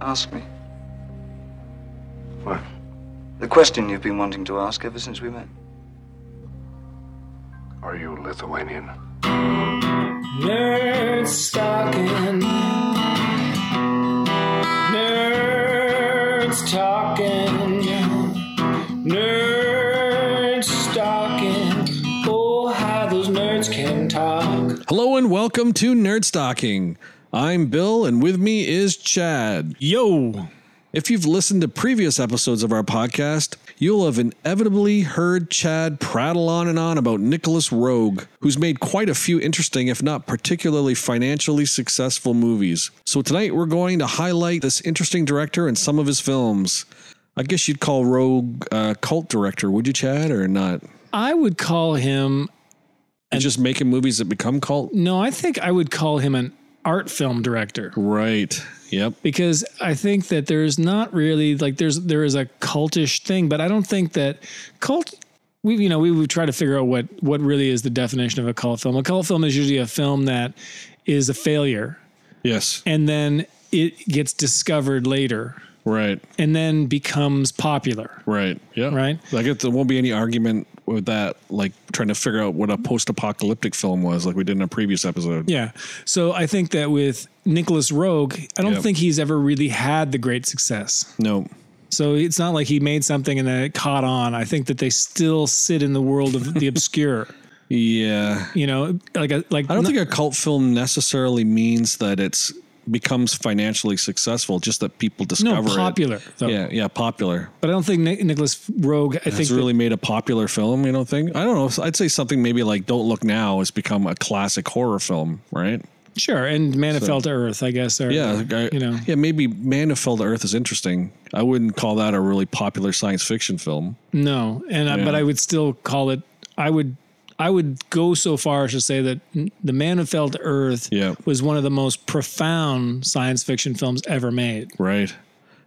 Ask me. What? The question you've been wanting to ask ever since we met. Are you Lithuanian? Nerd stocking. Nerds talking. Nerds talking. Oh, how those nerds can talk. Hello and welcome to Nerd Stocking. I'm Bill, and with me is Chad. Yo, If you've listened to previous episodes of our podcast, you'll have inevitably heard Chad prattle on and on about Nicholas Rogue, who's made quite a few interesting, if not particularly financially successful movies. So tonight we're going to highlight this interesting director and some of his films. I guess you'd call Rogue uh, cult director, would you, Chad, or not? I would call him. And just making movies that become cult? No, I think I would call him an art film director Right. Yep. because I think that there's not really like there's there is a cultish thing, but I don't think that cult. We you know we would try to figure out what what really is the definition of a cult film. A cult film is usually a film that is a failure Yes. and then it gets discovered later Right. and then becomes popular. Right. Yeah. Right? Like it, there won't be any argument with that. Like trying to figure out what a post-apocalyptic film was, like we did in a previous episode. Yeah. So I think that with Nicholas Rogue, I don't Yep. think he's ever really had the great success. No. So it's not like he made something and then it caught on. I think that they still sit in the world of the obscure. Yeah. You know, like a like I don't think a cult film necessarily means that it's becomes financially successful. Just that people discover no it. popular though. Yeah. Yeah. Popular. But I don't think Ni- Nicholas Rogue. I think It's that- really made a popular film. You don't think? I don't know. I'd say something maybe like "Don't Look Now" has become a classic horror film, right? sure. And Man of Fell to Earth, I guess. Or, Yeah, I- you know. yeah, maybe Man Who Fell to Earth is interesting. I wouldn't call that a really popular science fiction film. No, and I, but Yeah. I would still call it. I would I would go so far as to say that n- the Man Who Fell to Earth Yeah. was one of the most profound science fiction films ever made Right,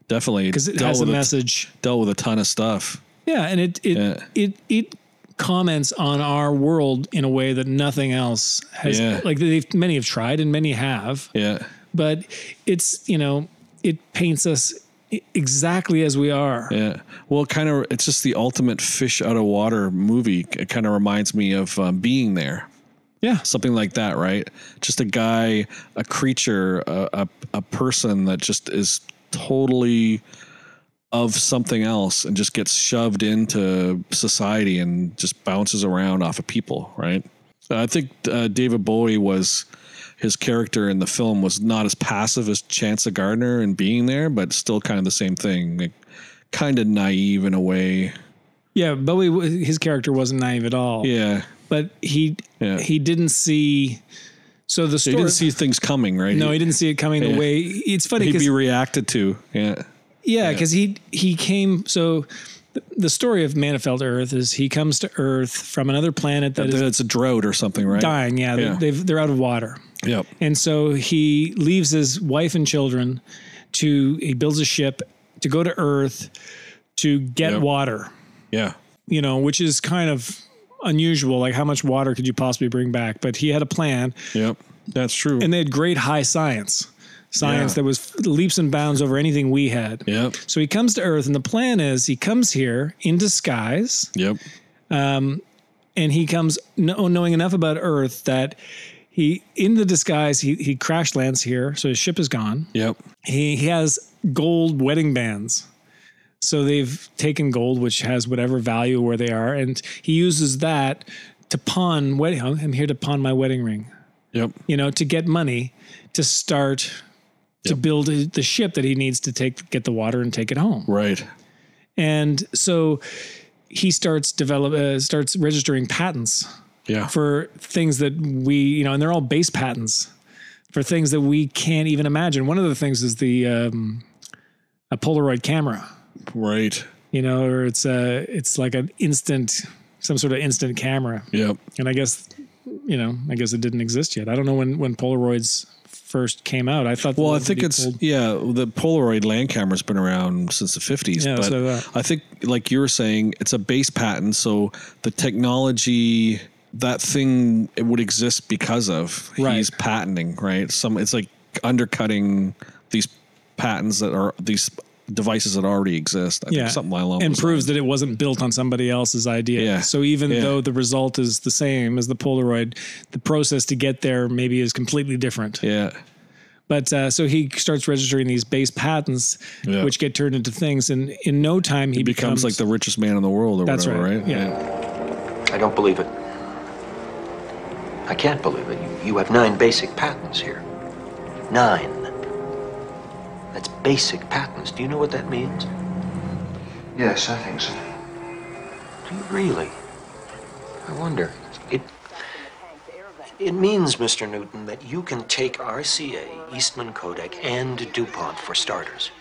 definitely because it dealt has a with message. dealt with a ton of stuff. yeah, and it it, Yeah. it it comments on our world in a way that nothing else has. Yeah. Like they've many have tried and many have, Yeah, but it's you know it paints us i- exactly as we are. yeah. Well, kind of. It's just the ultimate fish out of water movie. It kind of reminds me of um, being there. Yeah. something like that, right? Just a guy, a creature, a, a, a person that just is totally of something else and just gets shoved into society and just bounces around off of people, right? I think uh, David Bowie was his character in the film was not as passive as Chance the Gardener and being there, but still kind of the same thing, like, kind of naive in a way. Yeah, Bowie, w- his character wasn't naive at all. Yeah, but he Yeah. he didn't see. So the he story. didn't see things coming, right? no, he didn't see it coming the Yeah. way it's funny He'd because be reacted to. Yeah. yeah, because he he came. So th- the story of Manafelt Earth is he comes to Earth from another planet that That is it's a drought or something, right? dying. Yeah, Yeah. They, they've, they're out of water, Yep. and so he leaves his wife and children to he builds a ship to go to Earth to get Yep. water. Yeah. you know, which is kind of unusual. Like, how much water could you possibly bring back? But he had a plan, Yep. That's true. and they had great high science, science Yeah. that was leaps and bounds over anything we had. yep. So he comes to Earth, and the plan is he comes here in disguise, Yep. and he comes kno- knowing enough about Earth that he, in the disguise, he he crash lands here, so his ship is gone. Yep. He he has gold wedding bands. So they've taken gold, which has whatever value where they are, and he uses that to pawn wedding. oh, I'm here to pawn my wedding ring, Yep. you know, to get money to start to build the ship that he needs to take get the water and take it home. Right. And so he starts develop uh, starts registering patents Yeah. for things that we, you know, and they're all base patents for things that we can't even imagine. One of the things is the um, a Polaroid camera, right. you know, or it's a it's like an instant, some sort of instant camera. Yep. And I guess, you know, I guess it didn't exist yet. I don't know when when Polaroids first came out. I thought. the Well, I ones that think he it's pulled- yeah. The Polaroid land camera's been around since the fifties, Yeah, but so that. I think, like you were saying, it's a base patent, so the technology that thing it would exist because of Right. he's patenting, right? Some it's like undercutting these patents that are these devices that already exist. I think something along and those proves that it wasn't built on somebody else's idea. Yeah. So even Yeah. though the result is the same as the Polaroid, the process to get there maybe is completely different. lines. yeah. But uh, so he starts registering these base patents, Yeah. which get turned into things, and in no time he, He becomes, becomes, like the richest man in the world or That's whatever, right. right? Yeah. I don't believe it. I can't believe it. You, you have nine basic patents here. Nine. That's basic patents. Do you know what that means? Do Yes, I think so. you really? I wonder. It. It means, Mr. Newton, that you can take RCA, Eastman Kodak, and DuPont for starters.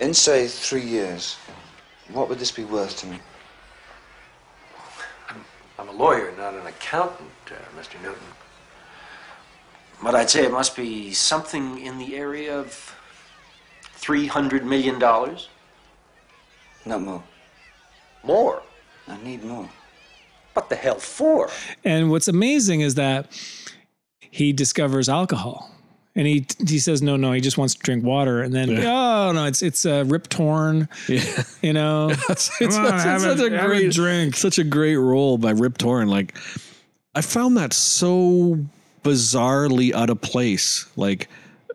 In, say, three years, what would this be worth to me? I'm a lawyer, not an accountant, uh, Mr. Newton. But I'd say it must be something in the area of $300 million Not more. more. I need more. What the hell for? And what's amazing is that he discovers alcohol. And he he says no no he just wants to drink water and then oh no it's it's uh, rip torn Yeah. you know That's Come it's, on, it's have such a- a, have a great drink. Such a great role by Rip Torn. Like, I found that so bizarrely out of place. Like,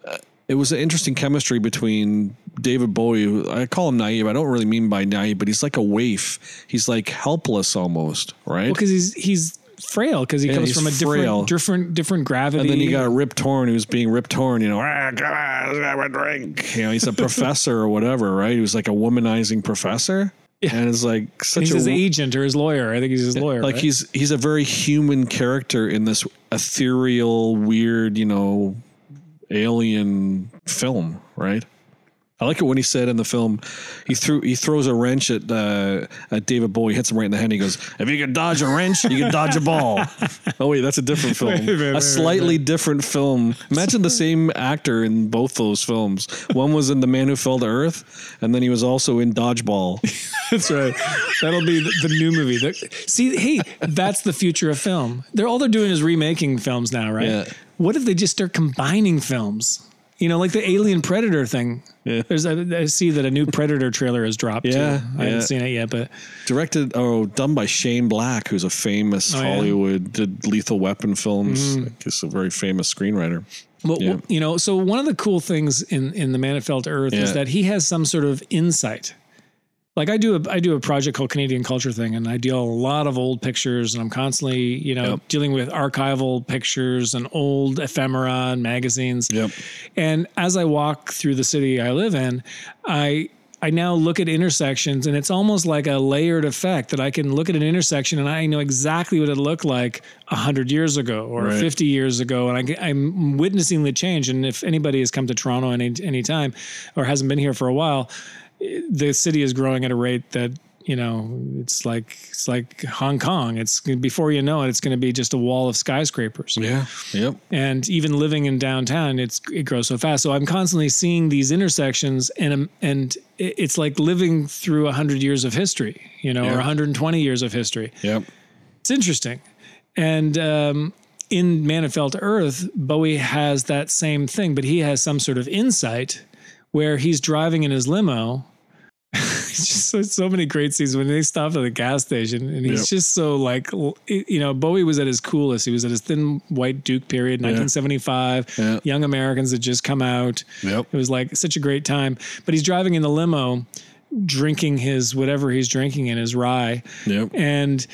uh, it was an interesting chemistry between David Bowie. who- I call him naive. I don't really mean by naive, but he's like a waif. He's like helpless almost, right? because he's he's frail because he Yeah, comes he's from a frail. different different different gravity and then you got Rip Torn, who's being Rip Torn, you know, ah, come on, have a drink. You know, he's a professor or whatever, right? He was like a womanizing professor. And it's like such he's a his agent or his lawyer I think he's his lawyer like right? he's he's a very human character in this ethereal weird you know alien film right i like it when he said in the film he threw he throws a wrench at uh at david bowie hits him right in the head and he goes if you can dodge a wrench you can dodge a ball oh wait that's a different film Wait, wait, wait, a wait, slightly different film imagine the same actor in both those films one was in the man who fell to earth and then he was also in dodgeball That's right. That'll be the, the new movie. The- see, hey, that's the future of film. They're all they're doing is remaking films now, right? Yeah. What if they just start combining films? You know, like the Alien Predator thing. Yeah. There's I, I see that a new Predator trailer has dropped. too. Yeah, I yeah. haven't seen it yet, but directed oh done by Shane Black, who's a famous Oh, yeah? Hmm. Hollywood did Lethal Weapon films. He's a very famous screenwriter. But Yeah. you know, so one of the cool things in in the Man That Fell to Earth Yeah. is that he has some sort of insight. Like I do a I do a project called Canadian Culture Thing, and I deal a lot of old pictures, and I'm constantly you know Yep. dealing with archival pictures and old ephemera and magazines. Yep. And as I walk through the city I live in, I I now look at intersections and it's almost like a layered effect that I can look at an intersection and I know exactly what it looked like 100 years ago or Right. 50 years ago. And I, am witnessing the change. And if anybody has come to Toronto any, any time or hasn't been here for a while, eh, the city is growing at a rate that you know it's like it's like hong kong it's before you know it it's going to be just a wall of skyscrapers Yeah. Yep. and even living in downtown it's it grows so fast so i'm constantly seeing these intersections and um, and it- it's like living through 100 years of history you know Yeah. or 120 years of history Yep. it's interesting and um in Man of Fell to Earth, Bowie has that same thing, but he has some sort of insight where he's driving in his limo. it's just so, so many great scenes when they stop at the gas station and he's Yep. just so like, l- you know, Bowie was at his coolest. He was at his thin white Duke period, 1975, Yeah. young Americans had just come out. Yep. It was like such a great time, but he's driving in the limo, drinking his, whatever he's drinking in his rye Yep. and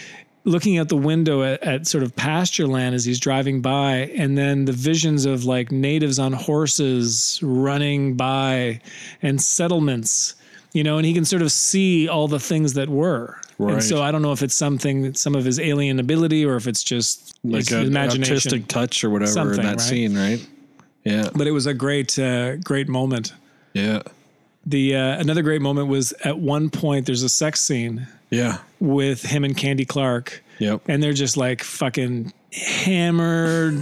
looking out the window at, at sort of pasture land as he's driving by and then the visions of like natives on horses running by and settlements you know and he can sort of see all the things that were Right. and so i don't know if it's something some of his alien ability or if it's just Like his an imagination artistic touch or whatever in Something, that right? scene, right? Yeah. but it was a great uh, great moment Yeah. the uh, another great moment was at one point there's a sex scene Yeah. with him and candy clark Yep. and they're just like fucking hammered,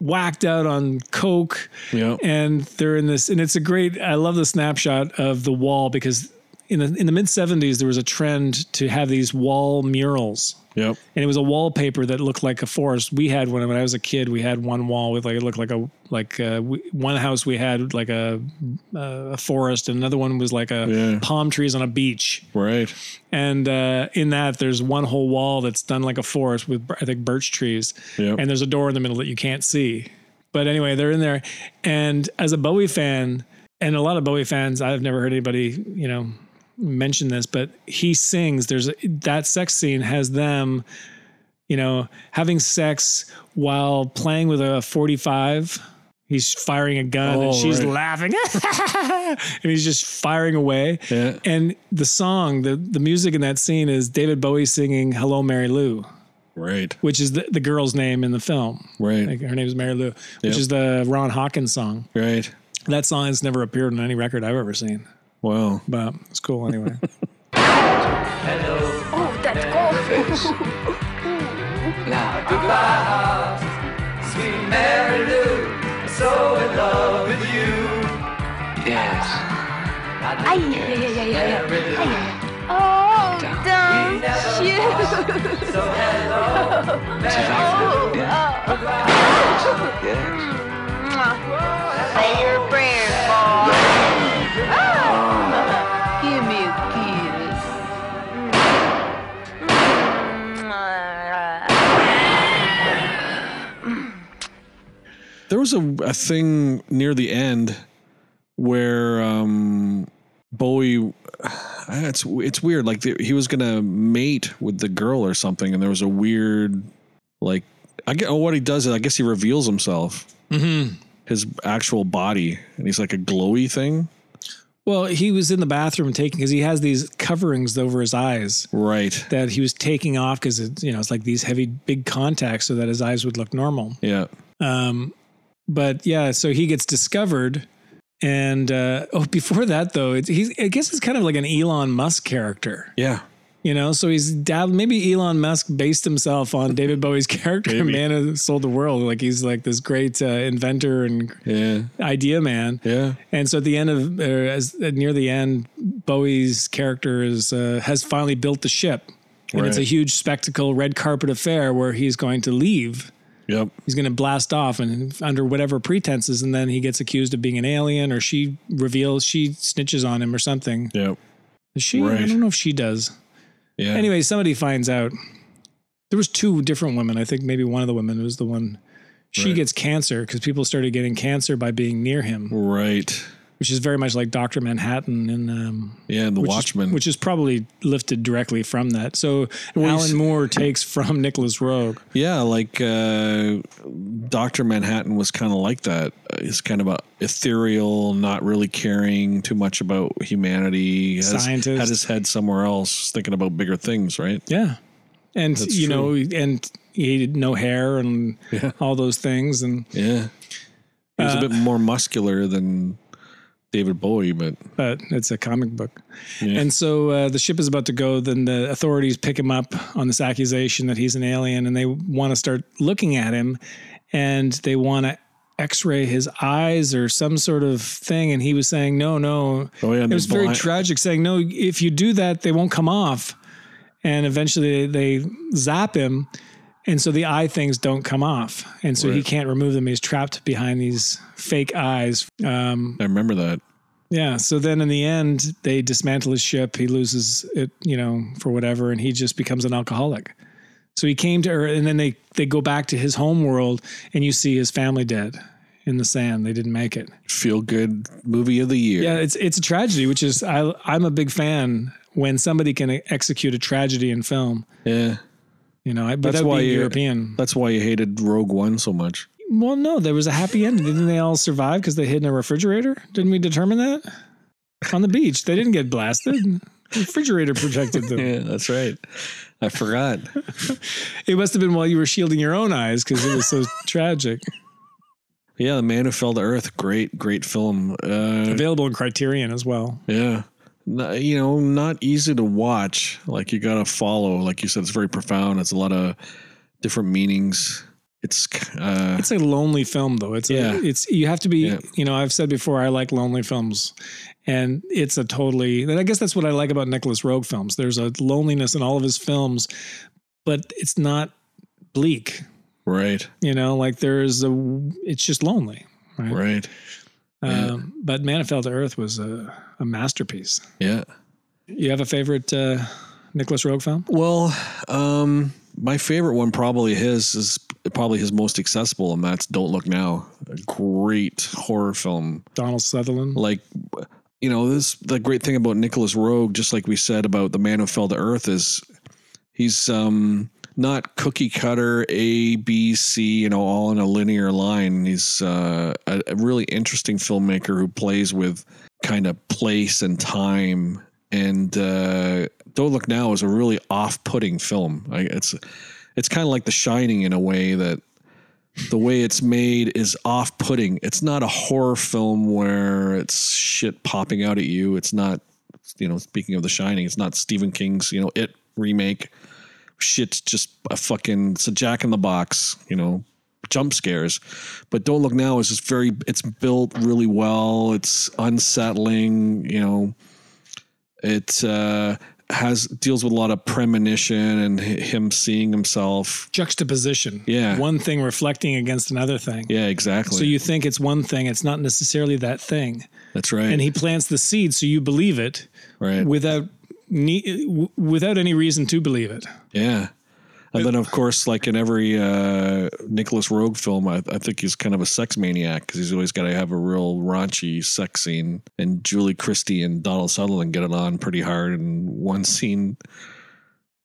whacked out on coke, Yep. and they're in this. And it's a great. I love the snapshot of the wall because in the in the mid '70s there was a trend to have these wall murals Yep. and it was a wallpaper that looked like a forest. We had one when I was a kid. We had one wall with like it looked like a like uh we, one house we had like a uh, a forest, and another one was like a Yeah. palm trees on a beach. Right. And uh, in that, there's one whole wall that's done like a forest with I think birch trees, Yep. and there's a door in the middle that you can't see. But anyway, they're in there, and as a Bowie fan, and a lot of Bowie fans, I've never heard anybody you know mention this, but he sings. There's that sex scene has them, you know, having sex while playing with a 45. He's firing a gun Oh, and she's right. laughing, and he's just firing away. Yeah. And the song, the the music in that scene is David Bowie singing "Hello, Mary Lou," Right. which is the, the girl's name in the film. Right. Like her name is Mary Lou, which Yep. is the Ron Hawkins song. Right. That song has never appeared on any record I've ever seen, Wow. but it's cool anyway. Oh, that's awful. Yes. Ay, yeah, yeah, yeah, yeah, yeah. Ay, yeah, yeah. Oh, don't you? Oh, oh. Yes. Mwah. oh. Say your prayer, boy. Oh. Give me a kiss. Mwah. There was a, a thing near the end where um, Bowie. It's it's weird. Like the, he was gonna mate with the girl or something, and there was a weird, like I get. Oh, what he does is I guess he reveals himself, Mm-hmm. his actual body, and he's like a glowy thing. well, he was in the bathroom taking because he has these coverings over his eyes Right. that he was taking off because it's you know it's like these heavy big contacts so that his eyes would look normal. Yeah. Um, but yeah, so he gets discovered, and uh, oh, before that though, it's, he's I guess it's kind of like an Elon Musk character, Yeah. you know. So he's dab- maybe Elon Musk based himself on David Bowie's character, in Maybe. Man Who Sold the World. Like he's like this great uh, inventor and Yeah. idea man. Yeah. And so at the end of, uh, as uh, near the end, Bowie's character is uh, has finally built the ship, and it's a Right. huge spectacle, red carpet affair where he's going to leave Yep. he's going to blast off and under whatever pretenses and then he gets accused of being an alien or she reveals she snitches on him or something Yep. Is she i Right. don't know if she does Yeah. anyway somebody finds out there was two different women i think maybe one of the women was the one she Right. gets cancer because people started getting cancer by being near him Right. which is very much like dr manhattan in um, Yeah. And the which is- Watchmen. which is probably lifted directly from that so alan moore takes from nicholas rogue Yeah, like uh, Doctor Manhattan was kind of like that. Uh, He's kind of a ethereal, not really caring too much about humanity. Has, Scientist. had his head somewhere else, thinking about bigger things. Right? Yeah. And That's you true. know, and he had no hair and Yeah. all those things. And Yeah, he was Uh, a bit more muscular than David Bowie, but but it's a comic book. Yeah. And so uh, the ship is about to go. Then the authorities pick him up on this accusation that he's an alien, and they want to start looking at him, and they want to x-ray his eyes or some sort of thing. And he was saying, "No, no." Oh, yeah, it and was they're very blind- tragic, saying, "No, if you do that, they won't come off." And eventually, they, they zap him. And so the eye things don't come off. And so he Right. can't remove them. He's trapped behind these fake eyes. Um, I remember that. yeah. So then in the end, they dismantle his ship. He loses it, you know, for whatever, and he just becomes an alcoholic. So he came to Earth, and then they they go back to his home world, and you see his family dead in the sand. They didn't make it. Feel good movie of the year. Yeah, it's it's a tragedy, which is I I'm a big fan when somebody can execute a tragedy in film. Yeah. You know, I, but That's that would why be you- European. That's why you hated Rogue One so much. Well, no, there was a happy ending. Didn't they all survive because they hid in a refrigerator? Didn't we determine that? On the beach, they didn't get blasted. The refrigerator protected them. Yeah, that's right. I forgot. It must have been while you were shielding your own eyes because it was so tragic. Yeah, The Man Who Fell to Earth. Great, great film. Uh, Available in Criterion as well. Yeah. N- you know, not easy to watch. Like you got to follow. Like you said, it's very profound. It's a lot of different meanings. It's uh, It's a lonely film though. It's Yeah. a, it's you have to be, Yeah. you know, I've said before I like lonely films. And it's a totally and I guess that's what I like about Nicholas Rogue films. There's a loneliness in all of his films, but it's not bleak, right, you know, like there is a it's just lonely. Right. right, Yeah. Um, but Man of Fell to Earth was a, a masterpiece. yeah. You have a favorite uh, Nicholas Rogue film? Well, um, my favorite one probably his is probably his most accessible, and that's Don't Look Now. A great horror film. Donald Sutherland. Like you know, this the great thing about Nicholas Rogue, just like we said about the man who fell to earth, is he's um not cookie cutter A B C, you know, all in a linear line. He's uh, a, a really interesting filmmaker who plays with kind of place and time. And uh, Don't Look Now is a really off-putting film. I, it's it's kind of like The Shining in a way that the way it's made is off-putting. It's not a horror film where it's shit popping out at you. It's not, you know, speaking of The Shining, it's not Stephen King's, you know, It remake. Shit's just a fucking it's a Jack in the Box, you know, jump scares. But Don't Look Now is just very. It's built really well. It's unsettling. You know, it uh, has deals with a lot of premonition and hi- him seeing himself. Juxtaposition. Yeah. One thing reflecting against another thing. Yeah, exactly. So you think it's one thing, it's not necessarily that thing. That's right. And he plants the seed so you believe it right. without ne- w- without any reason to believe it. Yeah. And then, of course, like in every uh, Nicholas Rogue film, I, I think he's kind of a sex maniac because he's always got to have a real raunchy sex scene. And Julie Christie and Donald Sutherland get it on pretty hard in one scene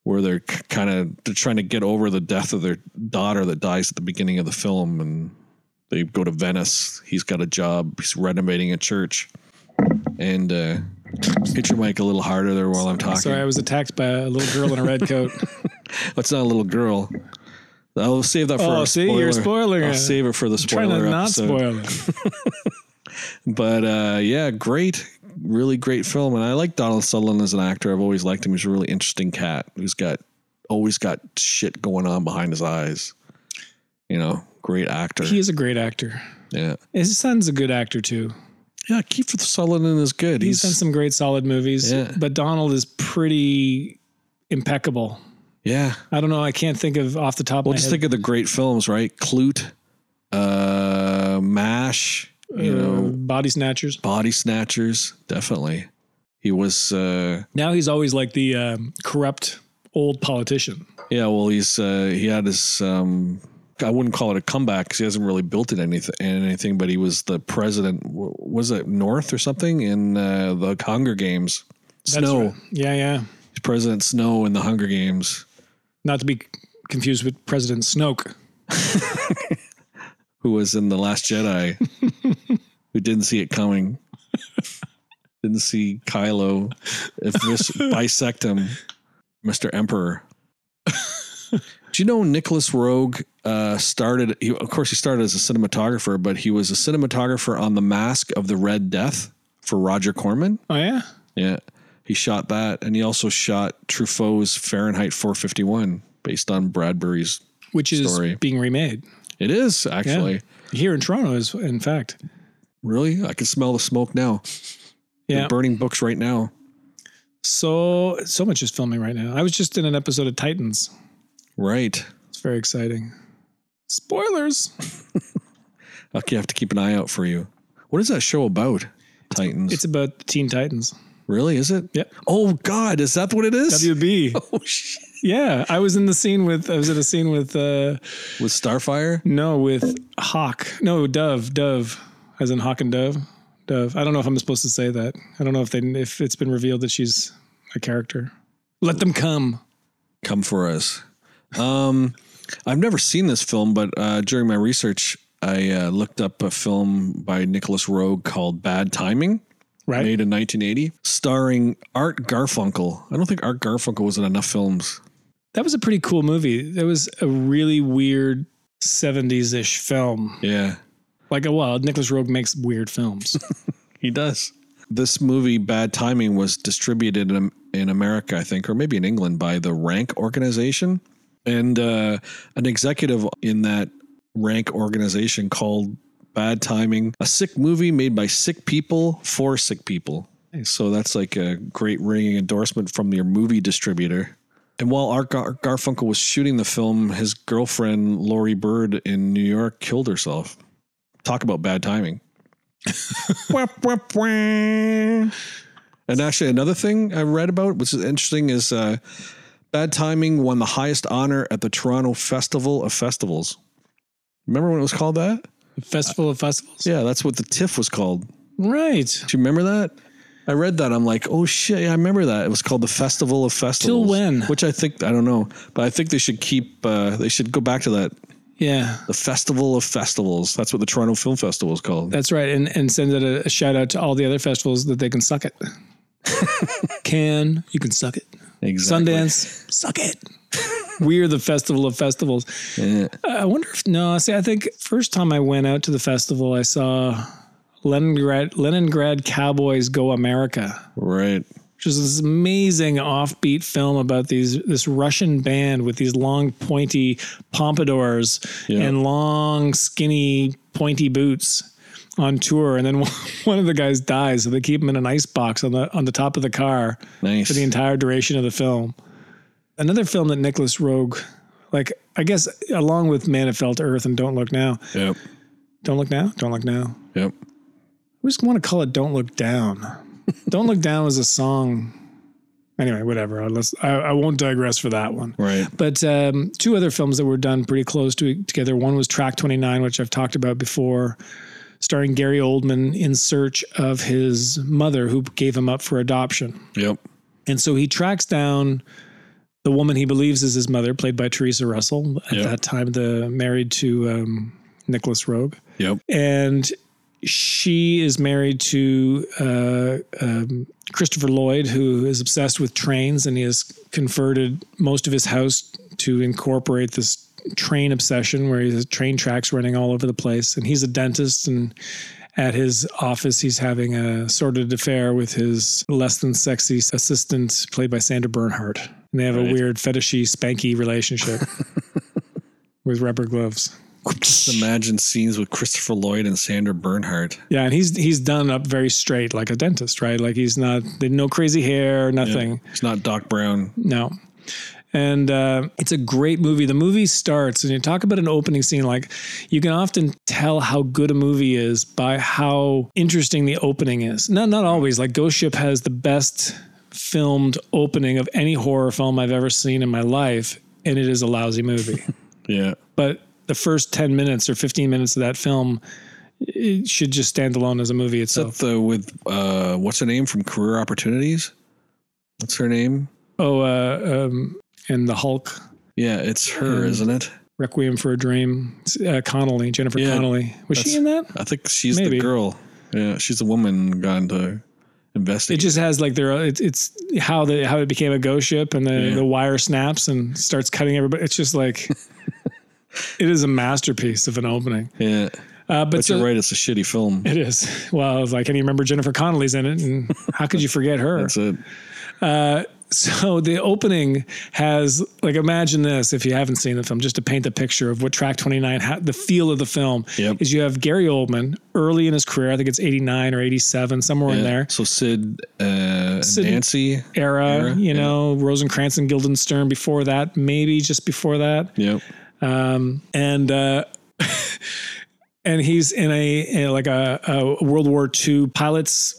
where they're kind of they're trying to get over the death of their daughter that dies at the beginning of the film, and they go to Venice. He's got a job. He's renovating a church. And uh, hit your mic a little harder there while I'm talking. Sorry, I was attacked by a little girl in a red coat. That's not a little girl. I'll save that for Oh, a see, you're spoiling I'll it. save it for the Trying spoiler to not episode. spoil it. But uh, yeah, great, really great film, and I like Donald Sutherland as an actor. I've always liked him. He's a really interesting cat who's got always got shit going on behind his eyes. You know, great actor. He is a great actor. yeah, His son's a good actor too. yeah. Keith Sutherland is good. He's, done some great solid movies, Yeah. but Donald is pretty impeccable. yeah. I don't know. I can't think of off the top. Well, of my just head. think of the great films, right? Clute, uh, Mash. You Uh, know, body snatchers. Body Snatchers, definitely. He was, uh, Now he's always like the um, corrupt old politician. yeah. Well, he's uh, he had his. Um, I wouldn't call it a comeback because he hasn't really built it anything, anything. But he was the president. w- Was it North or something in uh, the Hunger Games? That's Snow, right. Yeah, yeah. He's President Snow in the Hunger Games. Not to be c- confused with President Snoke. who was in The Last Jedi, who didn't see it coming, didn't see Kylo if this bisect him, Mr. Emperor. Do you know Nicholas Rogue uh, started? He, of course, he started as a cinematographer, but he was a cinematographer on The Mask of the Red Death for Roger Corman. Oh yeah. Yeah, he shot that, and he also shot Truffaut's Fahrenheit 451, based on Bradbury's. Which is Story. being remade It is actually here in Toronto. Is in fact. really. I can smell the smoke now. Yeah. They're burning books right now. So so much is filming right now. I was just in an episode of Titans. Right. It's very exciting. Spoilers. Okay, I have to keep an eye out for you. What is that show about? Titans. It's about Teen Titans. really, is it? Yep. Oh God, is that what it is? WB. oh shit. Yeah, I was in the scene with I was in a scene with uh With Starfire? no with Hawk. No, Dove, Dove. As in Hawk and Dove. Dove. I don't know if I'm supposed to say that. I don't know if they if it's been revealed that she's a character. Let them come. Come for us. Um I've never seen this film, but uh during my research I uh, looked up a film by Nicholas Rogue called Bad Timing. Right? made in 1980, starring Art Garfunkel. I don't think Art Garfunkel was in enough films. That was a pretty cool movie. That was a really weird 70s-ish film. Yeah, Like a well, Nicholas Rogue makes weird films. He does. This movie, Bad Timing, was distributed in, in America, I think, or maybe in England by the Rank organization. And uh, an executive in that rank organization called Bad Timing, a sick movie made by sick people for sick people. So that's like a great ringing endorsement from your movie distributor. And while Art Gar- Garfunkel was shooting the film, his girlfriend Lori Bird in New York killed herself. Talk about bad timing. Wah, wah, wah. And actually, another thing I read about, which is interesting, is uh, Bad Timing won the highest honor at the Toronto Festival of Festivals. Remember when it was called that? Festival of Festivals. Yeah, that's what the TIFF was called. Right. Do you remember that? I read that. I'm like, oh shit, yeah, I remember that. It was called the Festival of Festivals. when? Which I think I don't know, but I think they should keep. Uh, they should go back to that. Yeah. The Festival of Festivals. That's what the Toronto Film Festival is called. That's right. And and send it a, a shout out to all the other festivals that they can suck it. can you can suck it. Exactly. Sundance, suck it. We're the festival of festivals. Yeah. I wonder if no. See, I think first time I went out to the festival, I saw Leningrad Leningrad Cowboys Go America, Right. which is this amazing offbeat film about these this Russian band with these long pointy pompadours Yeah. and long skinny pointy boots on tour, and then one, one of the guys dies, so they keep him in an ice box on the on the top of the car Nice. for the entire duration of the film. Another film that Nicholas Rogue, like I guess along with Man of Fell to Earth and Don't Look Now, Yep. Don't Look Now, Don't Look Now. Yep. We just want to call it Don't Look Down. Don't Look Down was a song. Anyway, whatever. I'll let's- I, I won't digress for that one. Right. But um, two other films that were done pretty close to together. One was Track 29, which I've talked about before, starring Gary Oldman in search of his mother who gave him up for adoption. Yep. And so he tracks down the woman he believes is his mother, played by Teresa Russell, at Yeah. that time the married to um, Nicholas Rogue. Yep. And she is married to uh, um, Christopher Lloyd, who is obsessed with trains, and he has converted most of his house to incorporate this train obsession where he has train tracks running all over the place. And he's a dentist and at his office, he's having a sordid affair with his less than sexy assistant, played by Sandra Bernhardt. And they have a weird, fetishy, spanky relationship with rubber gloves. Just imagine scenes with Christopher Lloyd and Sandra Bernhardt. Yeah, and he's he's done up very straight, like a dentist, right? Like he's not there's no crazy hair, nothing. It's not Doc Brown. No. And uh, it's a great movie. The movie starts, and you talk about an opening scene. Like, you can often tell how good a movie is by how interesting the opening is. Not not always. Like, Ghost Ship has the best filmed opening of any horror film I've ever seen in my life, and it is a lousy movie. Yeah. but the first ten minutes or fifteen minutes of that film it should just stand alone as a movie Except itself. the with uh, what's her name from Career Opportunities? What's her name? Oh, uh, um, and the Hulk. Yeah, it's her, Hmm. isn't it? Requiem for a Dream. Uh, Connolly, Jennifer Yeah, Connolly. Was that's- she in that? I think she's Maybe. the girl. Yeah, she's the woman gone to It investigate. just has like their it's, it's how the how it became a ghost ship and the Yeah. the wire snaps and starts cutting everybody. It's just like it is a masterpiece of an opening. yeah, Uh, but but so, you're right. It's a shitty film. It is. Well, it's like, and you remember Jennifer Connolly's in it, and how could you forget her? That's it. So the opening has like imagine this if you haven't seen the film just to paint the picture of what track 29 ha- the feel of the film Yep. is you have Gary Oldman early in his career I think it's 89 or 87 somewhere in Yeah. there So Sid, uh, Sid- Nancy. era, Era, you yeah. know Rosencrantz and Guildenstern before that maybe just before that Yep. and uh and he's in a in like a, a World War II pilot's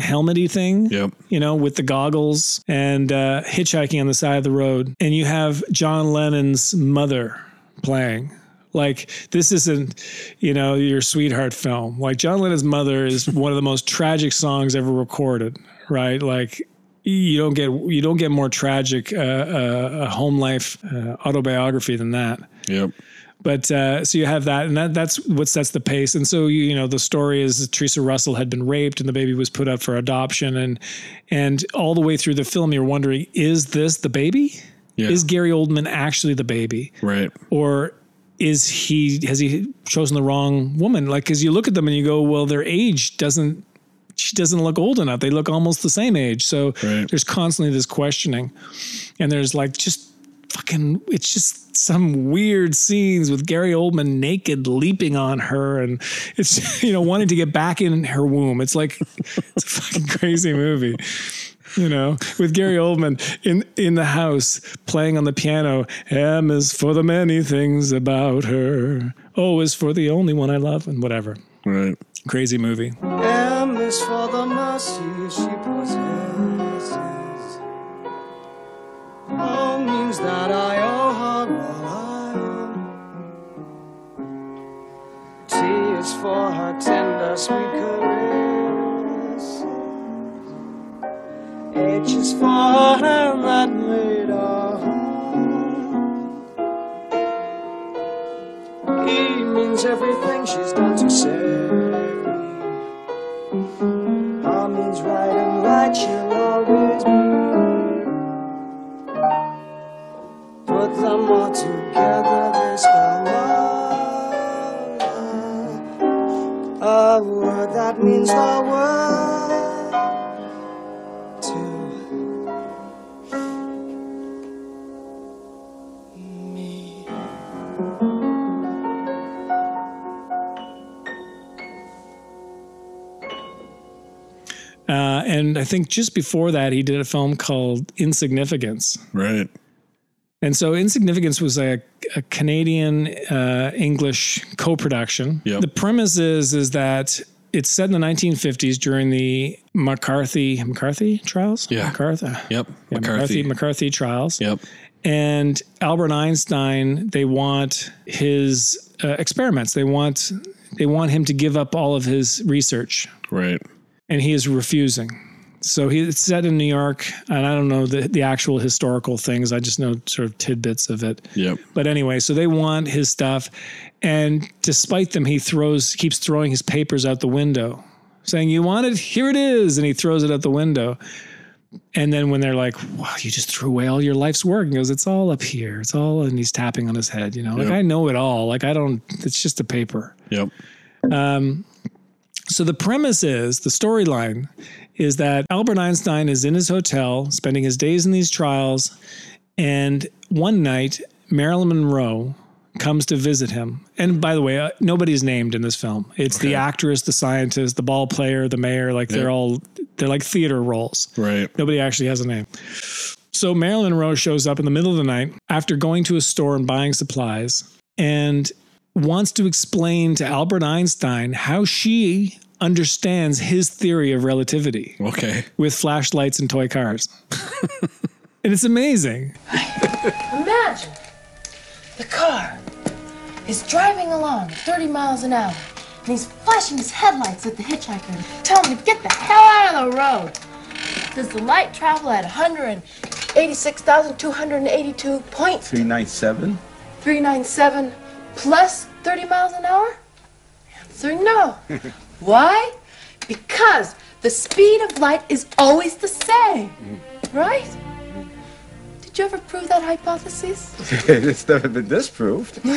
helmety thing Yep. you know, with the goggles and uh, hitchhiking on the side of the road. And you have John Lennon's mother playing. Like, this isn't, you know, your sweetheart film. Like, John Lennon's mother is one of the most tragic songs ever recorded, right? Like, you don't get you don't get more tragic uh, uh, home life uh, autobiography than that Yep. but uh, so you have that, and that that's what sets the pace. And so you you know the story is that Teresa Russell had been raped, and the baby was put up for adoption, and and all the way through the film, you're wondering, is this the baby? Yeah. Is Gary Oldman actually the baby, right. or is he has he chosen the wrong woman? Like, because you look at them and you go, well, their age doesn't she doesn't look old enough. They look almost the same age. So Right. there's constantly this questioning, and there's like just fucking it's just some weird scenes with Gary Oldman naked leaping on her and it's you know wanting to get back in her womb. It's like it's a fucking crazy movie. You know, with Gary Oldman in in the house playing on the piano, M is for the many things about her. O is for the only one I love and whatever. Right. Crazy movie. M is for the mercy she possesses. O means that I owe her all I am. T is for her tender, sweet caresses. H is for her hand that made our home. E means everything she's done to save me. R means right and right she'll always be. Put them all together, they spell love. A word that means the world to me. Uh, and I think just before that, he did a film called Insignificance. Right. And so Insignificance was a, a Canadian uh, English co-production. Yep. The premise is is that it's set in the 1950s during the McCarthy McCarthy trials. Yeah. McCarthy. Yep. Yeah, McCarthy McCarthy trials. Yep. And Albert Einstein, they want his uh, experiments. They want they want him to give up all of his research Right. and he is refusing. So he it's set in New York, and I don't know the, the actual historical things. I just know sort of tidbits of it. Yep. But anyway, so they want his stuff, and despite them, he throws keeps throwing his papers out the window, saying, "You want it? Here it is!" And he throws it out the window. And then when they're like, "Wow, you just threw away all your life's work," and goes, "It's all up here. It's all," and he's tapping on his head. You know, like Yep. I know it all. Like I don't. It's just a paper. Yep. So the premise is the storyline is that Albert Einstein is in his hotel, spending his days in these trials, and one night Marilyn Monroe comes to visit him. And by the way, uh, nobody's named in this film. It's the actress, the scientist, the ball player, the mayor. Like they're Yeah. all they're like theater roles. Right. Nobody actually has a name. So Marilyn Monroe shows up in the middle of the night after going to a store and buying supplies and wants to explain to Albert Einstein how she understands his theory of relativity Okay. with flashlights and toy cars. and it's amazing. Imagine the car is driving along at 30 miles an hour, and he's flashing his headlights at the hitchhiker, and telling him to get the hell out of the road. Does the light travel at 186,282.397 397? plus 30 miles an hour? Answer no. Why? Because the speed of light is always the same, right? Did you ever prove that hypothesis? it's never been disproved.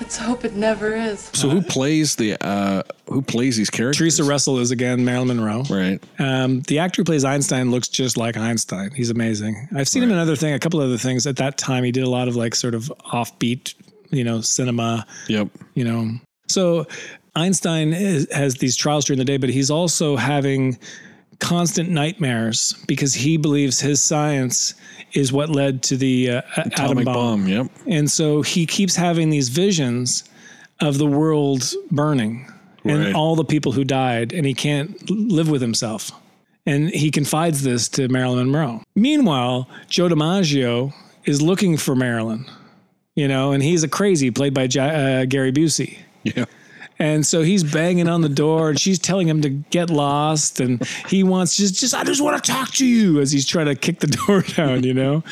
Let's hope it never is. So who plays the uh who plays these characters? Teresa Russell is again Marilyn Monroe. Right. Um, the actor who plays Einstein looks just like Einstein. He's amazing. I've seen him in other thing, a couple other things. At that time, he did a lot of like sort of offbeat, you know, cinema. Yep. you know. So Einstein is, has these trials during the day, but he's also having constant nightmares because he believes his science is what led to the uh, a- atom Atomic bomb. bomb. Yep. And so he keeps having these visions of the world burning Right. and all the people who died, and he can't l- live with himself. And he confides this to Marilyn Monroe. Meanwhile, Joe DiMaggio is looking for Marilyn, you know, and he's a crazy played by ja- uh, Gary Busey. Yeah. And so he's banging on the door and she's telling him to get lost. And he wants just, just, I just want to talk to you as he's trying to kick the door down, you know?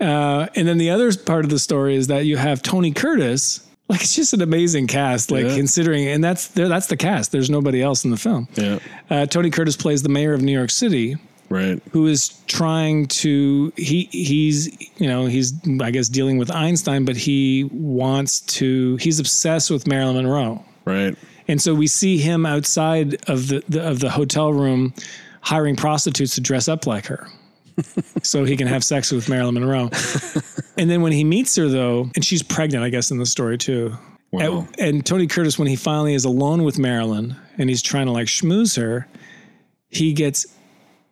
Uh, and then the other part of the story is that you have Tony Curtis. Like it's just an amazing cast, like Yeah. considering, and that's that's the cast. There's nobody else in the film. Yeah. Uh, Tony Curtis plays the mayor of New York City, Right. who is trying to he he's you know he's I guess dealing with Einstein, but he wants to. He's obsessed with Marilyn Monroe. Right. And so we see him outside of the, the of the hotel room hiring prostitutes to dress up like her. so he can have sex with Marilyn Monroe. and then when he meets her, though, and she's pregnant, I guess, in the story too. Wow. And, and Tony Curtis, when he finally is alone with Marilyn and he's trying to like schmooze her, he gets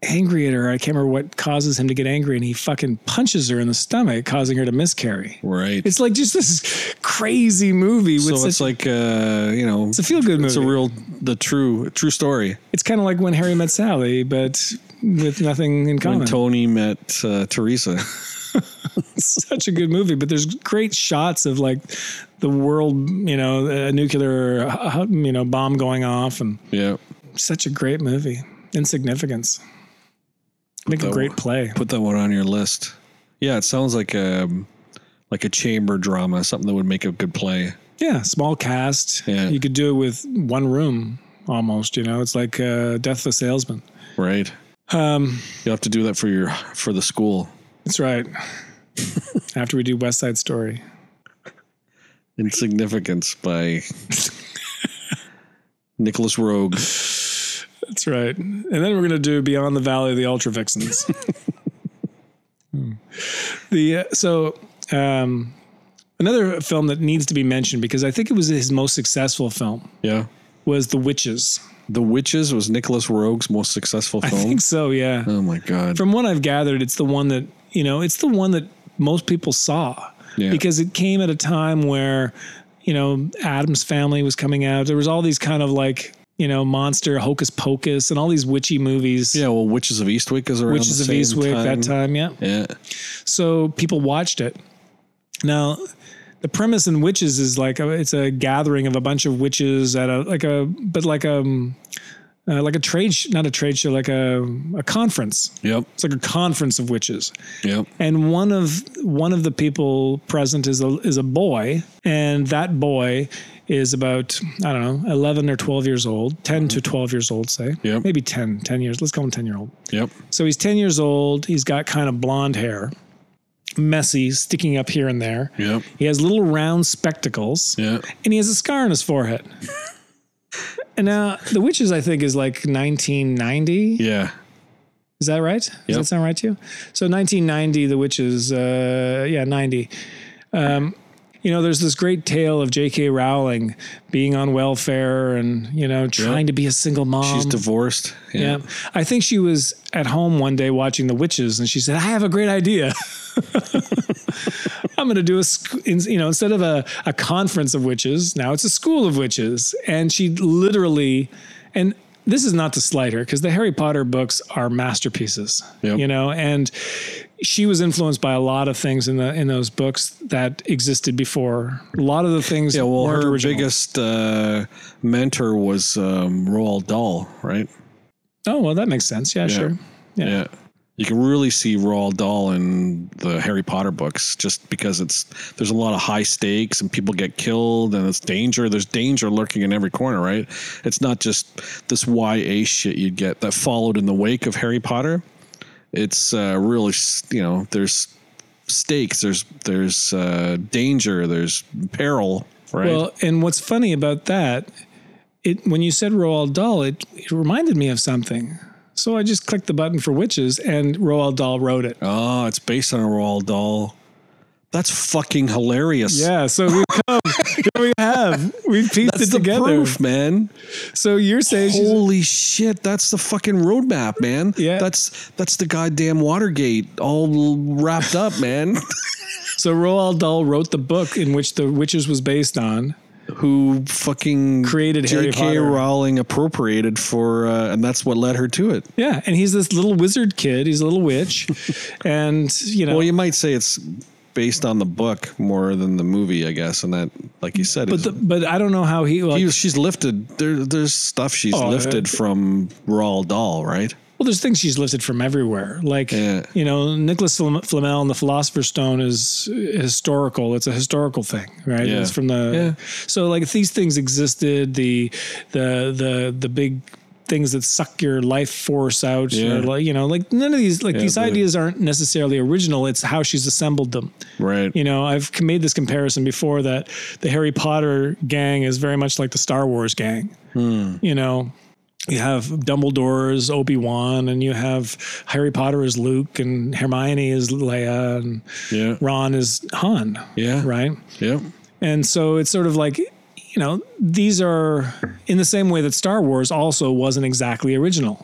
angry at her. I can't remember what causes him to get angry, and he fucking punches her in the stomach, causing her to miscarry. Right. It's like just this crazy movie. With so such, it's like uh, you know, it's a feel good movie. it's a real the true true story. It's kind of like when Harry met Sally, but with nothing in common. When Tony met uh, Teresa. such a good movie, but there's great shots of like the world, you know, a nuclear, uh, you know, bomb going off, and yeah. such a great movie. Insignificance. Make a That great one. play. Put that one on your list. Yeah, it sounds like a like a chamber drama, something that would make a good play. Yeah, small cast. Yeah. You could do it with one room almost. You know, it's like uh, Death of a Salesman. Right. Um, You have to do that for your for the school. that's right. After we do West Side Story, Insignificance by Nicholas Rogue. that's right. And then we're gonna do Beyond the Valley of the Ultra Vixens. Hmm. the uh, so um, another film that needs to be mentioned because I think it was his most successful film Yeah. was The Witches. The Witches was Nicholas Rogue's most successful I film. think so. Yeah. Oh my god. from what I've gathered, it's the one that you know, it's the one that most people saw Yeah. because it came at a time where you know Adam's family was coming out. There was all these kind of like you know monster hocus pocus and all these witchy movies. yeah, well Witches of Eastwick is around Witches the of same Eastwick that time, yeah. Yeah. So people watched it. Now, the premise in witches is like a, it's a gathering of a bunch of witches at a like a but like a um, uh, like a trade sh- not a trade show like a a conference. Yep. It's like a conference of witches Yep. and one of one of the people present is a is a boy and that boy is about i don't know 11 or 12 years old 10 to 12 years old say Mm-hmm. Yep. maybe 10 10 years let's call him 10 year old Yep. so he's 10 years old he's got kind of blonde hair messy sticking up here and there Yep. he has little round spectacles Yeah. and he has a scar on his forehead and now the witches i think is like 1990 Yeah. is that right? Does Yep. that sound right to you? So 1990, The Witches, uh, yeah, 90. Um, you know, there's this great tale of J.K. Rowling being on welfare and, you know, trying to be a single mom. She's divorced. Um, Yeah. I think she was at home one day watching The Witches and she said, I have a great idea. I'm going to do a, sc- in- you know, instead of a, a conference of witches, now it's a school of witches. And she literally, and this is not to slight her because the Harry Potter books are masterpieces, Yep. you know, and she was influenced by a lot of things in the, in those books that existed before. A lot of the things. Yeah, well, weren't her original. biggest uh, mentor was um, Roald Dahl, right? Oh, well, that makes sense. Yeah, sure. Yeah. You can really see Roald Dahl in the Harry Potter books just because it's there's a lot of high stakes and people get killed and it's danger. There's danger lurking in every corner, right? It's not just this YA shit you'd get that followed in the wake of Harry Potter. It's uh, really, s- you know, there's stakes, there's there's uh, danger, there's peril, right? Well, and what's funny about that, it when you said Roald Dahl, it, it reminded me of something. So I just clicked the button for witches, and Roald Dahl wrote it. Oh, it's based on a Roald Dahl. That's fucking hilarious. Yeah, so we've come. Here we have. We've pieced That's it the together. proof, man. So you're saying she's Holy shit, that's the fucking roadmap, man. Yeah. That's that's the goddamn Watergate all wrapped up, man. so Roald Dahl wrote the book in which the witches was based on. Who fucking Created Harry J.K. Potter. Rowling appropriated for, uh, and that's what led her to it. Yeah, and he's this little wizard kid. He's a little witch, and you know. Well, you might say it's based on the book more than the movie, I guess. And that, like you said, but is- the, but I don't know how he. Well, he was- she's lifted. There, there's stuff she's Oh, lifted yeah. from Roald Dahl, right? Well, there's things she's lifted from everywhere. Like, Yeah. you know, Nicholas Flam- Flamel and the Philosopher's Stone is historical. It's a historical thing, right? Yeah. It's from the. Yeah. So, like, if these things existed, the, the, the, the big things that suck your life force out, Yeah. or like, you know, like none of these, like Yeah, these the- ideas aren't necessarily original. It's how she's assembled them. Right. You know, I've c- made this comparison before that the Harry Potter gang is very much like the Star Wars gang. You know, you have Dumbledore as Obi Wan, and you have Harry Potter as Luke, and Hermione as Leia, and Yeah. Ron is Han. Yeah. Right. Yep. And so it's sort of like, you know, these are in the same way that Star Wars also wasn't exactly original.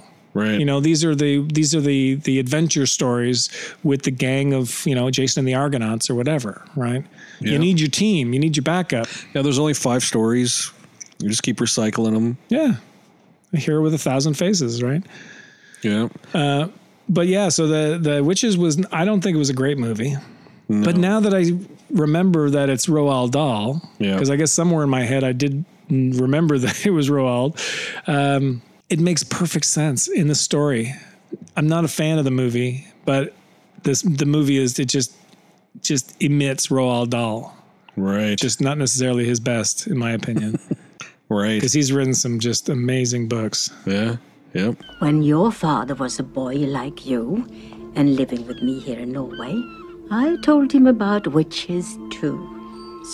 Right. You know, these are the these are the the adventure stories with the gang of, you know, Jason and the Argonauts or whatever, right? Yeah. You need your team, you need your backup. Yeah, there's only five stories. You just keep recycling them. Yeah. A hero with a thousand faces, right? Yeah. but yeah, so the the witches was I don't think it was a great movie. But now that I remember that it's Roald Dahl, Yeah. because I guess somewhere in my head I did n- remember that it was Roald. Um, it makes perfect sense in the story. I'm not a fan of the movie, but this the movie is it just just emits Roald Dahl, Right. just not necessarily his best in my opinion, right. because he's written some just amazing books. Yeah. Yep. When your father was a boy like you and living with me here in Norway, I told him about witches too,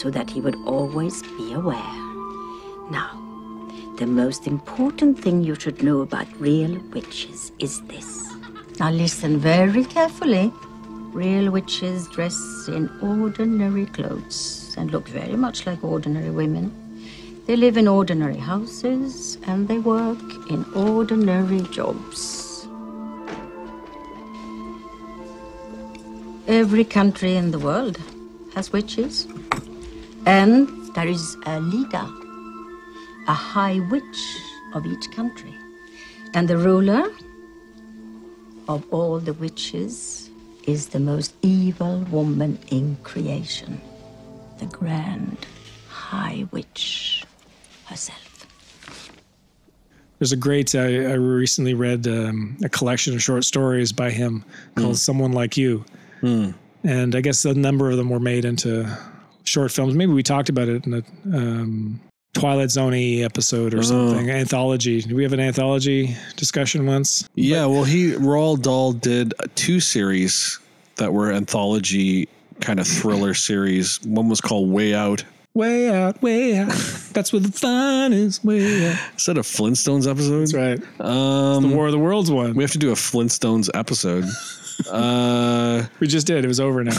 so that he would always be aware. Now, the most important thing you should know about real witches is this. Now, listen very carefully. Real witches dress in ordinary clothes and look very much like ordinary women. They live in ordinary houses and they work in ordinary jobs. Every country in the world has witches. And there is a leader, a high witch of each country. And the ruler of all the witches is the most evil woman in creation, the Grand High Witch herself. There's a great. I, I recently read um, a collection of short stories by him called "Someone Like You," Hmm. and I guess a number of them were made into short films. Maybe we talked about it in a um, Twilight Zone E episode or something. Anthology. Did we have an anthology discussion once? Yeah. Well, he Roald Dahl did uh, two series that were anthology kind of thriller series. One was called Way Out. Way out, way out. That's where the fun is. Way out. Is that a Flintstones episode? That's right. Hmm. Um, the War of the Worlds one. we have to do a Flintstones episode. uh, We just did. It was over now.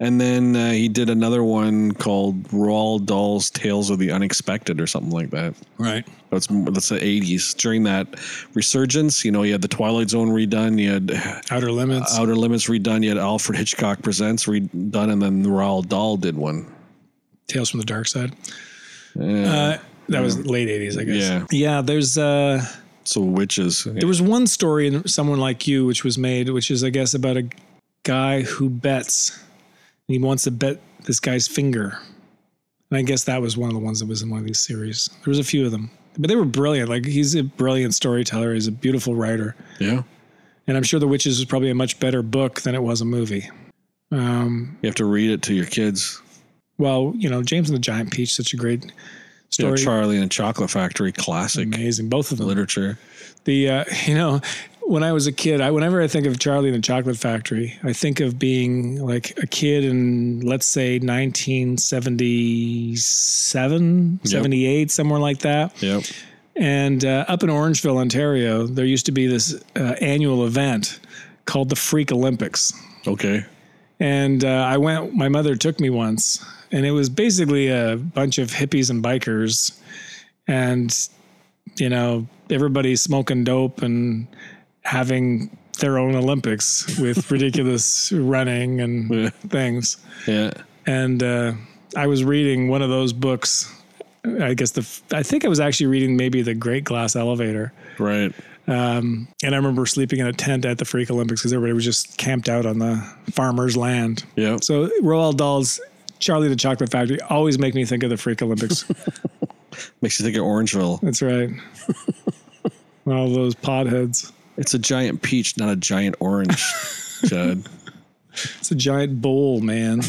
and then uh, he did another one called Roald Dahl's Tales of the Unexpected or something like that. right. That's that's the eighties. During that resurgence, you know, you had the Twilight Zone redone, you had Outer Limits. Outer Limits redone, you had Alfred Hitchcock Presents redone, and then Roald Dahl did one. Tales from the Dark Side. Yeah. Uh, that was late 80s, I guess. Yeah. Yeah. There's. Uh, so witches. There was one story in someone like you, which was made, which is, I guess, about a guy who bets. And he wants to bet this guy's finger. And I guess that was one of the ones that was in one of these series. There was a few of them, but they were brilliant. Like he's a brilliant storyteller. He's a beautiful writer, yeah. and I'm sure The Witches was probably a much better book than it was a movie. Um, You have to read it to your kids. well, you know, James and the Giant Peach, such a great You know, story, Mm-hmm. Charlie and the Chocolate Factory, classic amazing. Both of them. literature. the uh, you know when i was a kid i whenever i think of charlie and the chocolate factory i think of being like a kid in let's say 1977 78 somewhere like that Yep. and uh, up in orangeville ontario there used to be this uh, annual event called the freak olympics Okay. and uh, I went. My mother took me once, and it was basically a bunch of hippies and bikers, and you know everybody smoking dope and having their own Olympics with ridiculous running and Yeah. things. Yeah. And uh, I was reading one of those books. I guess the I think I was actually reading maybe the Great Glass Elevator. Right. And I remember sleeping in a tent at the Freak Olympics because everybody was just camped out on the farmer's land. Yeah. So Roald Dahl's Charlie the Chocolate Factory always make me think of the Freak Olympics. Makes you think of Orangeville. That's right. All those podheads. It's a giant peach, not a giant orange, Judd. It's a giant bowl, man.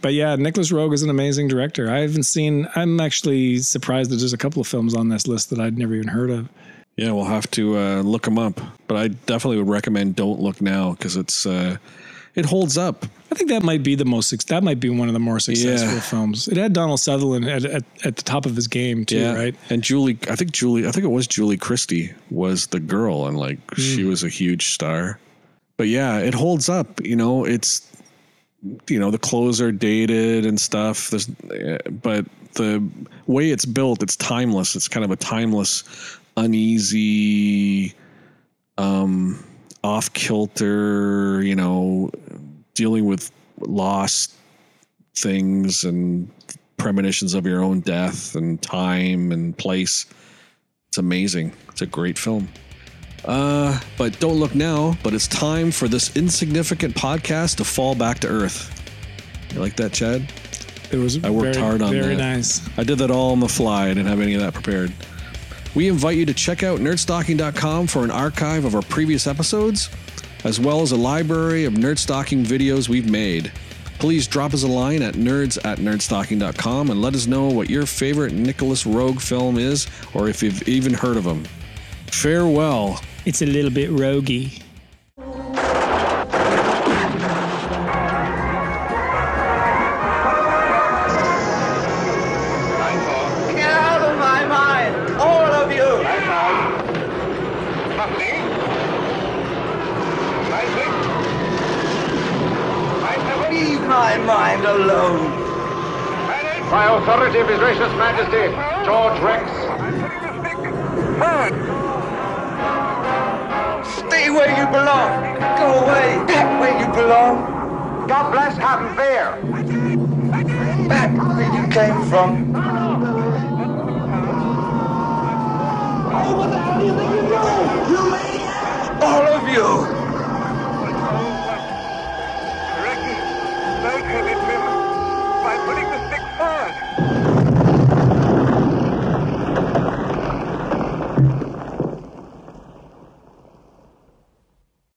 but yeah, Nicholas Rogue is an amazing director. I haven't seen. I'm actually surprised that there's a couple of films on this list that I'd never even heard of. Yeah, we'll have to uh, look them up. But I definitely would recommend "Don't Look Now" because it's uh, it holds up. I think that might be the most suc- that might be one of the more successful Yeah. films. It had Donald Sutherland at, at, at the top of his game too, right? And Julie, I think Julie, I think it was Julie Christie was the girl, and like Hmm. she was a huge star. But yeah, it holds up. You know, it's you know the clothes are dated and stuff. There's, eh, but the way it's built, it's timeless. It's kind of a timeless, uneasy, um, off kilter. You know, dealing with lost things and premonitions of your own death and time and place. It's amazing. It's a great film. Uh, but don't look now, but it's time for this insignificant podcast to fall back to earth. You like that, Chad? It was I worked very- hard on very that. nice. I did that all on the fly. I didn't have any of that prepared. We invite you to check out nerdstocking.com for an archive of our previous episodes, as well as a library of nerdstocking videos we've made. Please drop us a line at nerds at nerdstocking.com and let us know what your favorite Nicholas Rogue film is, or if you've even heard of him. Farewell. It's a little bit roguey. Get out of my mind, all of you. Leave my mind alone. My authority of His Gracious Majesty, George Rex. Stay where you belong. Go away. Back where you belong. God bless Haddon Fair. Back where you came from. Oh, what the hell do you think you're doing?